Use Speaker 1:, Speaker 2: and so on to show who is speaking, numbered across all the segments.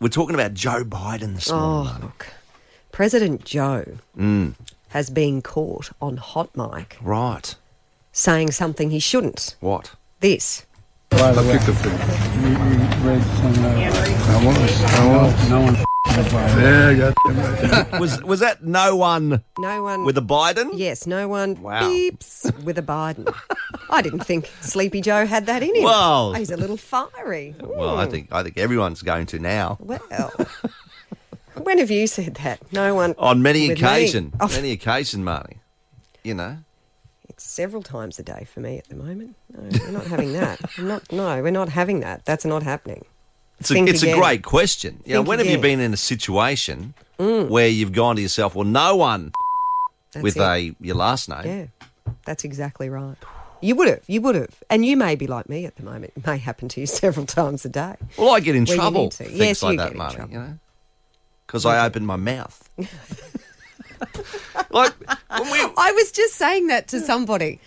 Speaker 1: We're talking about Joe Biden this morning.
Speaker 2: Oh, look. President Joe
Speaker 1: Mm.
Speaker 2: has been caught on hot mic
Speaker 1: Right.
Speaker 2: saying something he shouldn't.
Speaker 1: What?
Speaker 2: This.
Speaker 3: By the way,
Speaker 4: Pick the food.
Speaker 3: you, you read some uh, of that.
Speaker 4: I was. I was.
Speaker 3: No one knows why.
Speaker 4: Yeah, goddamn right.
Speaker 1: was was that no one
Speaker 2: No one.
Speaker 1: with a Biden?
Speaker 2: Yes, no one
Speaker 1: Wow.
Speaker 2: beeps with a Biden. I didn't think Sleepy Joe had that in him. Oh,
Speaker 1: Well.
Speaker 2: He's a little fiery. Hmm.
Speaker 1: Well, I think I think everyone's going to now.
Speaker 2: Well. when have you said that? No one.
Speaker 1: On many
Speaker 2: with me.
Speaker 1: occasion,
Speaker 2: Oh,
Speaker 1: many occasion, Marty. You know.
Speaker 2: It's several times a day for me at the moment. No, we're not having that. I'm not, no, we're not having that. That's not happening.
Speaker 1: It's a,
Speaker 2: Think
Speaker 1: it's a
Speaker 2: again.
Speaker 1: great question. You know,
Speaker 2: Think
Speaker 1: when have you
Speaker 2: again. Mm.
Speaker 1: been in a situation where you've gone to yourself, well, no one
Speaker 2: That's
Speaker 1: with
Speaker 2: it.
Speaker 1: a your last name.
Speaker 2: Yeah, that's exactly right. You would have, you would have, and you may be like me at the moment. It may happen to you several times a day.
Speaker 1: Well, I get in
Speaker 2: Well, you
Speaker 1: trouble
Speaker 2: need to.
Speaker 1: for things
Speaker 2: Yes,
Speaker 1: like
Speaker 2: you
Speaker 1: that,
Speaker 2: get in
Speaker 1: Marty.
Speaker 2: trouble.
Speaker 1: You know, because I open my mouth. like when we,
Speaker 2: I was just saying that to somebody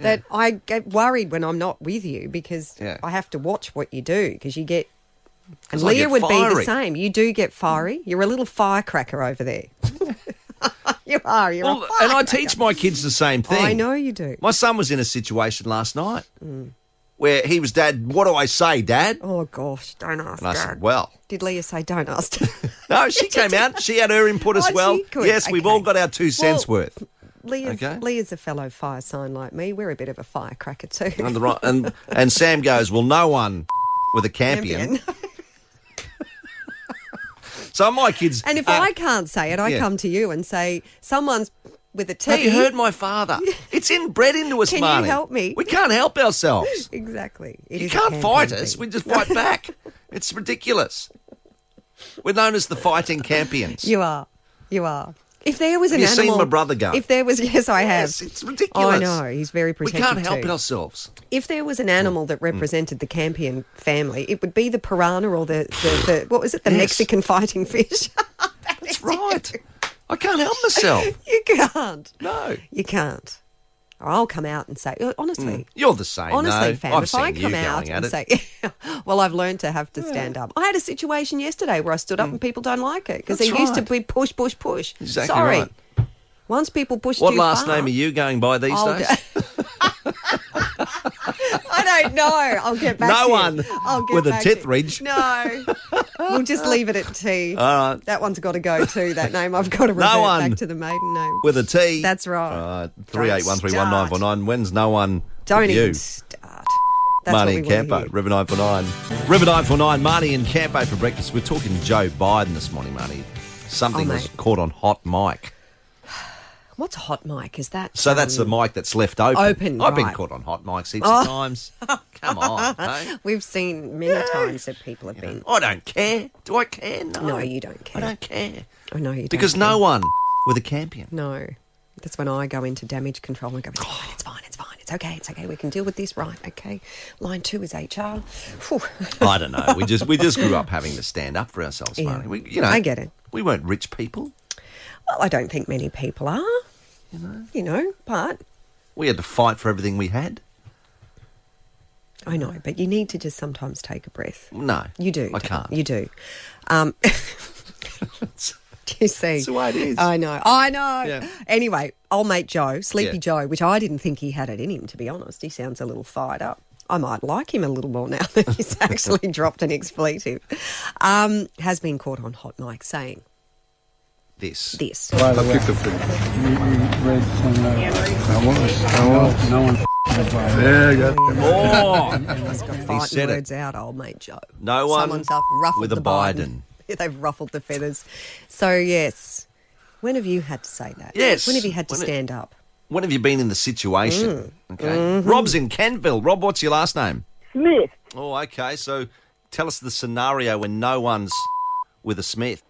Speaker 2: that I get worried when I'm not with you because
Speaker 1: Yeah.
Speaker 2: I have to watch what you do because you get. And
Speaker 1: 'Cause I
Speaker 2: Leah
Speaker 1: get
Speaker 2: would be the
Speaker 1: fiery.
Speaker 2: same. You do get fiery. You're a little firecracker over there. you are. You're
Speaker 1: well,
Speaker 2: a
Speaker 1: and I
Speaker 2: firecracker.
Speaker 1: teach my kids the same thing.
Speaker 2: I know you do.
Speaker 1: My son was in a situation last night where he was, Dad, what do I say, Dad?
Speaker 2: Oh gosh, don't ask.
Speaker 1: And I
Speaker 2: Dad.
Speaker 1: said, Well,
Speaker 2: Did Leah say don't ask?
Speaker 1: no, she came out. She had her input as
Speaker 2: Oh,
Speaker 1: well.
Speaker 2: she could.
Speaker 1: Yes, we've
Speaker 2: Okay.
Speaker 1: all got our two cents
Speaker 2: Well,
Speaker 1: worth.
Speaker 2: Leah's,
Speaker 1: Okay.
Speaker 2: Leah's a fellow fire sign like me. We're a bit of a firecracker too.
Speaker 1: And, the right, and, and Sam goes, Well, no one with a campion. So my kids.
Speaker 2: And if
Speaker 1: uh,
Speaker 2: I can't say it, I
Speaker 1: yeah.
Speaker 2: come to you and say, someone's with a T.
Speaker 1: Have you heard my father? It's inbred into us,
Speaker 2: Can you
Speaker 1: Marnie.
Speaker 2: help me?
Speaker 1: We can't help ourselves.
Speaker 2: Exactly. It
Speaker 1: you
Speaker 2: is a
Speaker 1: can't fight
Speaker 2: campaign
Speaker 1: us.
Speaker 2: thing.
Speaker 1: We just fight back. It's ridiculous. We're known as the fighting campions.
Speaker 2: You are. You are. If there was an
Speaker 1: you seen
Speaker 2: animal,
Speaker 1: my brother go?
Speaker 2: If there was, yes, I have.
Speaker 1: Yes, it's ridiculous.
Speaker 2: I know he's very
Speaker 1: we
Speaker 2: protective.
Speaker 1: can't help
Speaker 2: too.
Speaker 1: ourselves. Mm.
Speaker 2: If there was an animal that represented the Campion family, it would be the piranha or the, the, the what was it, the
Speaker 1: Yes.
Speaker 2: Mexican fighting fish.
Speaker 1: That's right. I can't help myself.
Speaker 2: you can't.
Speaker 1: No.
Speaker 2: You can't. Or I'll come out and say, "Oh, honestly,
Speaker 1: You're the same.
Speaker 2: Honestly,
Speaker 1: though.
Speaker 2: fam,
Speaker 1: I've
Speaker 2: if
Speaker 1: seen
Speaker 2: I
Speaker 1: you
Speaker 2: come
Speaker 1: going
Speaker 2: out
Speaker 1: at
Speaker 2: and
Speaker 1: it.
Speaker 2: say, well, I've learned to have to stand up. I had a situation yesterday where I stood up and people don't like it because they
Speaker 1: Mm. That's
Speaker 2: used to
Speaker 1: right.
Speaker 2: be push, push, push.
Speaker 1: Exactly
Speaker 2: Sorry.
Speaker 1: right.
Speaker 2: Once people push
Speaker 1: what
Speaker 2: too
Speaker 1: last
Speaker 2: far,
Speaker 1: name are you going by these
Speaker 2: I'll
Speaker 1: days?
Speaker 2: go- I don't know. I'll get back
Speaker 1: No
Speaker 2: to you.
Speaker 1: one
Speaker 2: I'll get
Speaker 1: with a
Speaker 2: back to you.
Speaker 1: tithridge.
Speaker 2: No. we'll just leave it at T. All right. That one's got to go too, that name. I've got to revert
Speaker 1: one
Speaker 2: back to the maiden name.
Speaker 1: With a T.
Speaker 2: That's right.
Speaker 1: Uh, three eight one three one nine four nine. When's no one?
Speaker 2: Don't
Speaker 1: you?
Speaker 2: even start. That's
Speaker 1: Marnie and
Speaker 2: what we want to
Speaker 1: Campo,
Speaker 2: hear.
Speaker 1: River 949. River 949, Marnie and Campo for breakfast. We're talking Joe Biden this morning, Marnie. Something
Speaker 2: Oh,
Speaker 1: was
Speaker 2: mate.
Speaker 1: caught on hot mic.
Speaker 2: What's hot mic? Is that
Speaker 1: So that's the
Speaker 2: um,
Speaker 1: mic that's left open.
Speaker 2: Open,
Speaker 1: I've been
Speaker 2: right. Oh.
Speaker 1: caught on hot mics heaps of times. Come on. eh?
Speaker 2: We've seen many times that people have been.
Speaker 1: I don't care. Do I care? No.
Speaker 2: No, you don't care.
Speaker 1: I don't care.
Speaker 2: I know Oh, you don't
Speaker 1: Because no one with a campion.
Speaker 2: no. That's when I go into damage control and go, it's fine, it's fine, it's fine, it's okay, it's okay, we can deal with this, right? Okay. Line two is HR. Phew.
Speaker 1: I don't know. We just we just grew up having to stand up for ourselves,
Speaker 2: Yeah.
Speaker 1: Marnie. We, you know,
Speaker 2: I get it.
Speaker 1: We weren't rich people.
Speaker 2: Well, I don't think many people are, you know, you know but
Speaker 1: We had to fight for everything we had.
Speaker 2: I know, but you need to just sometimes take a breath.
Speaker 1: No,
Speaker 2: You do.
Speaker 1: I
Speaker 2: don't-
Speaker 1: can't.
Speaker 2: You do. Um, you see.
Speaker 1: It's the way it is.
Speaker 2: I know. I know.
Speaker 1: Yeah.
Speaker 2: Anyway, old mate Joe, Sleepy
Speaker 1: Yeah.
Speaker 2: Joe, which I didn't think he had it in him, to be honest. He sounds a little fired up. I might like him a little more now that he's actually dropped an expletive. Um, has been caught on hot mic saying
Speaker 1: this.
Speaker 2: this.
Speaker 3: By the
Speaker 4: I
Speaker 3: way,
Speaker 4: picked the food.
Speaker 3: you, you read some of that.
Speaker 4: I was. I was.
Speaker 3: No one knows why.
Speaker 4: Yeah, goddamn right.
Speaker 1: Oh,
Speaker 2: He's got
Speaker 1: said
Speaker 2: fighting
Speaker 1: it.
Speaker 2: words out, old mate Joe.
Speaker 1: No one
Speaker 2: Someone's up, ruffled
Speaker 1: with a
Speaker 2: the
Speaker 1: Biden.
Speaker 2: They've ruffled the feathers. So, yes. When have you had to say that?
Speaker 1: Yes.
Speaker 2: When have you had to
Speaker 1: When it-
Speaker 2: stand up?
Speaker 1: when have you been in the
Speaker 2: Mm.
Speaker 1: situation? Okay.
Speaker 2: Mm-hmm.
Speaker 1: Rob's in Canville. Rob, what's your last name?
Speaker 5: Smith.
Speaker 1: Oh, okay. So tell us the scenario when no one's with a Smith.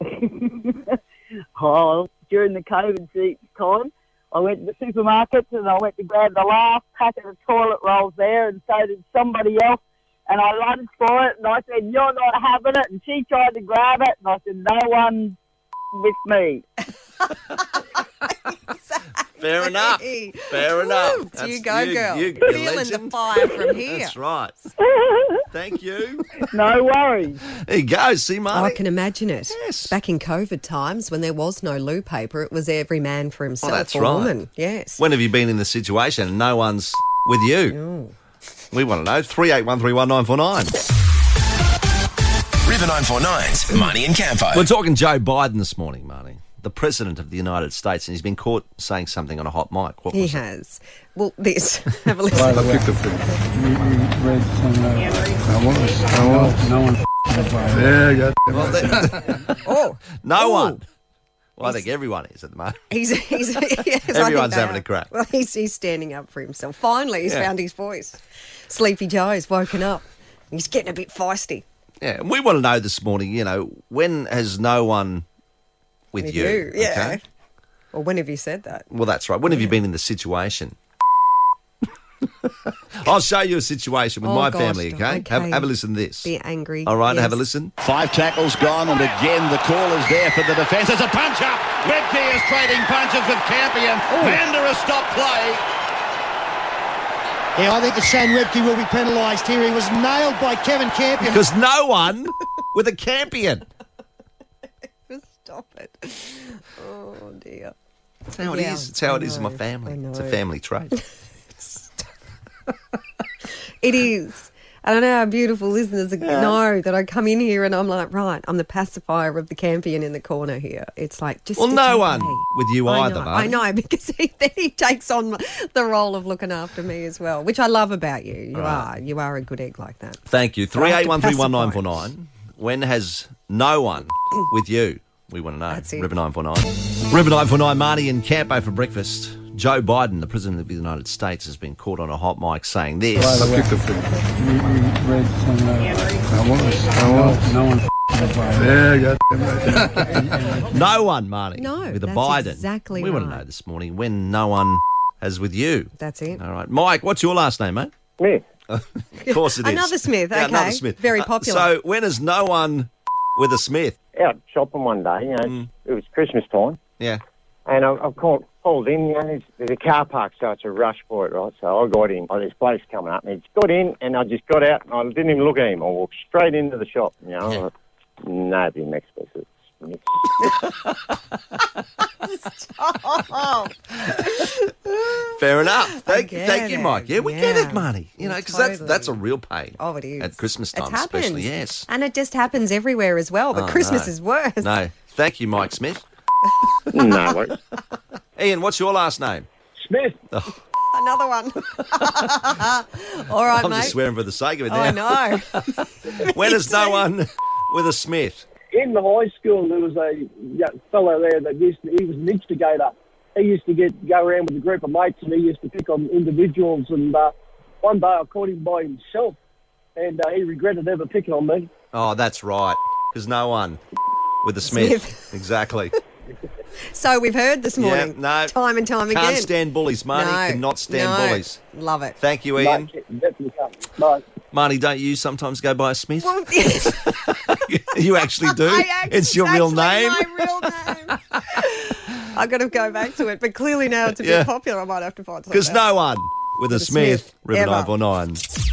Speaker 5: Oh, during the COVID se- time, I went to the supermarket and I went to grab the last packet of toilet rolls there, and so did somebody else. And I lunged for it, and I said, "You're not having it." And she tried to grab it, and I said, "No one with me."
Speaker 1: Fair enough.
Speaker 2: Hey.
Speaker 1: Fair enough.
Speaker 2: Woo,
Speaker 1: That's-
Speaker 2: you go, girl.
Speaker 1: You, you
Speaker 2: Feeling the
Speaker 1: legend.
Speaker 2: fire from here.
Speaker 1: That's right. Thank you.
Speaker 5: no worries.
Speaker 1: There you go. See,
Speaker 2: Oh, I
Speaker 1: Marty.
Speaker 2: can imagine it.
Speaker 1: Yes.
Speaker 2: Back in COVID times when there was no loo paper, it was every man for himself
Speaker 1: Oh, that's
Speaker 2: or
Speaker 1: right.
Speaker 2: woman. Yes.
Speaker 1: When have you been in the situation and no one's with you? We want to know. Three eight one three one nine four nine.
Speaker 6: River 949's Marnie and Campo.
Speaker 1: We're talking Joe Biden this morning, Marty, the president of the United States, and he's been caught saying something on a hot mic. What
Speaker 2: he
Speaker 1: was it?
Speaker 2: has. Well, this. Have a
Speaker 3: By
Speaker 2: listen.
Speaker 3: the
Speaker 4: I
Speaker 3: way,
Speaker 4: picked up for
Speaker 3: we, we read some. Uh,
Speaker 4: I was. I
Speaker 3: no,
Speaker 4: was.
Speaker 3: no one divided.
Speaker 4: Yeah, God damn it.
Speaker 2: Oh,
Speaker 1: No
Speaker 2: Ooh.
Speaker 1: one. Well, I think everyone is at the moment.
Speaker 2: he's he's. yes, I think
Speaker 1: Everyone's
Speaker 2: they
Speaker 1: having
Speaker 2: are.
Speaker 1: a crack.
Speaker 2: Well, he's he's standing up for himself. Finally, he's
Speaker 1: Yeah.
Speaker 2: found his voice. Sleepy Joe's woken up. He's getting a bit feisty.
Speaker 1: Yeah, and we want to know this morning. You know, when has no one with,
Speaker 2: With
Speaker 1: you?
Speaker 2: you, yeah.
Speaker 1: okay?
Speaker 2: Or when have you said that?
Speaker 1: Well, that's right. When have you been in the situation? I'll show you a situation with
Speaker 2: Oh,
Speaker 1: my
Speaker 2: gosh,
Speaker 1: family. Okay,
Speaker 2: okay.
Speaker 1: Have, have a listen to this.
Speaker 2: Be angry.
Speaker 1: All right,
Speaker 2: yes.
Speaker 1: have a listen.
Speaker 7: Five tackles gone, and again the call is there for the defence. It's a punch up. Redkey is trading punches with Campion. Vander has stopped play.
Speaker 8: Yeah, I think that Shane Redkey will be penalised here. He was nailed by Kevin Campion.
Speaker 1: Because no one with a campion.
Speaker 2: Stop it. Oh dear.
Speaker 1: That's how it
Speaker 2: Yeah,
Speaker 1: is. It's how it
Speaker 2: I
Speaker 1: is in my
Speaker 2: know,
Speaker 1: family.
Speaker 2: I
Speaker 1: It's a
Speaker 2: know.
Speaker 1: family trait.
Speaker 2: It is. I don't know how beautiful listeners know that I come in here and I'm like, right, I'm the pacifier of the campion in the corner here. It's like just
Speaker 1: Well,
Speaker 2: it's
Speaker 1: no one
Speaker 2: okay.
Speaker 1: with you
Speaker 2: I
Speaker 1: either,
Speaker 2: Know,
Speaker 1: though.
Speaker 2: I know because he, then he takes on the role of looking after me as well, which I love about you. You are you are a good egg like that.
Speaker 1: Thank you.
Speaker 2: I
Speaker 1: Three
Speaker 2: have
Speaker 1: eight
Speaker 2: to
Speaker 1: one three one nine four
Speaker 2: pacify.
Speaker 1: nine. When has no one with you? We want to know.
Speaker 2: That's it.
Speaker 1: River nine four nine. River nine four nine. Marty and Campo for breakfast. Joe Biden, the president of the United States, has been caught on a hot mic saying
Speaker 3: By
Speaker 1: this.
Speaker 3: the
Speaker 4: I
Speaker 3: way,
Speaker 4: picked up for
Speaker 3: we, we read some. Uh,
Speaker 4: I was. I was.
Speaker 3: no one divided.
Speaker 4: Yeah, God damn it.
Speaker 1: No one, Marty.
Speaker 2: No,
Speaker 1: with a
Speaker 2: that's
Speaker 1: Biden.
Speaker 2: exactly
Speaker 1: We want to
Speaker 2: right.
Speaker 1: know this morning when no one has with you.
Speaker 2: That's it.
Speaker 1: All right, Mike. What's your last name, mate? Smith. of course it is.
Speaker 2: Another Smith,
Speaker 1: Yeah, another
Speaker 2: okay.
Speaker 1: Smith.
Speaker 2: Very
Speaker 1: Uh,
Speaker 2: popular.
Speaker 1: so when has no one with a Smith?
Speaker 9: out shopping one day, you know, it was Christmas time,
Speaker 1: Yeah.
Speaker 9: and I, I called, pulled in, you know, there's, there's a car park, so it's a rush for it, right? So I got in, oh, this place coming up, and I got in, and I just got out, and I didn't even look at him. I walked straight into the shop, you know.
Speaker 1: Yeah.
Speaker 9: Yeah. No, the next place is Smith's.
Speaker 1: Fair enough. Thank,
Speaker 2: get
Speaker 1: thank you,
Speaker 2: it.
Speaker 1: Mike. Yeah, we get
Speaker 2: Yeah.
Speaker 1: it, Marty. You know, because that's
Speaker 2: Totally.
Speaker 1: that's a real pain.
Speaker 2: Oh, it is
Speaker 1: at Christmas
Speaker 2: It
Speaker 1: time,
Speaker 2: happens.
Speaker 1: especially. Yes.
Speaker 2: and it just happens everywhere as well. But
Speaker 1: Oh,
Speaker 2: Christmas
Speaker 1: no.
Speaker 2: is worse.
Speaker 1: No, thank you, Mike Smith.
Speaker 9: no worries.
Speaker 1: Ian, what's your last name?
Speaker 9: Smith.
Speaker 2: Another one. All right,
Speaker 1: I'm
Speaker 2: mate.
Speaker 1: just swearing for the sake of it.
Speaker 2: Oh, I
Speaker 1: Now,
Speaker 2: know.
Speaker 1: when is no one with a Smith?
Speaker 10: in the high school, there was a young fellow there that used to, he was an instigator. He used to get go around with a group of mates and he used to pick on individuals. And uh, one day I caught him by himself, and uh, he regretted ever picking on me.
Speaker 1: Oh, that's right. Because no one with a Smith. Exactly.
Speaker 2: So we've heard this
Speaker 1: Yeah,
Speaker 2: morning.
Speaker 1: no.
Speaker 2: Time and time
Speaker 1: Can't
Speaker 2: again.
Speaker 1: stand bullies, Marty.
Speaker 2: No,
Speaker 1: Cannot stand
Speaker 2: no.
Speaker 1: bullies.
Speaker 2: Love it.
Speaker 1: Thank you,
Speaker 10: No,
Speaker 1: Ian.
Speaker 10: definitely can't. No.
Speaker 1: Marty, don't you sometimes go by a Smith?
Speaker 2: Well, yes,
Speaker 1: you actually do.
Speaker 2: I act-
Speaker 1: it's your real
Speaker 2: actually
Speaker 1: name.
Speaker 2: My real name. I got to go back to it, but clearly now it's a bit
Speaker 1: Yeah.
Speaker 2: popular. I might have to find something.
Speaker 1: Because
Speaker 2: else.
Speaker 1: no one with a
Speaker 2: With a Smith,
Speaker 1: Smith, River
Speaker 2: ever.
Speaker 1: 949.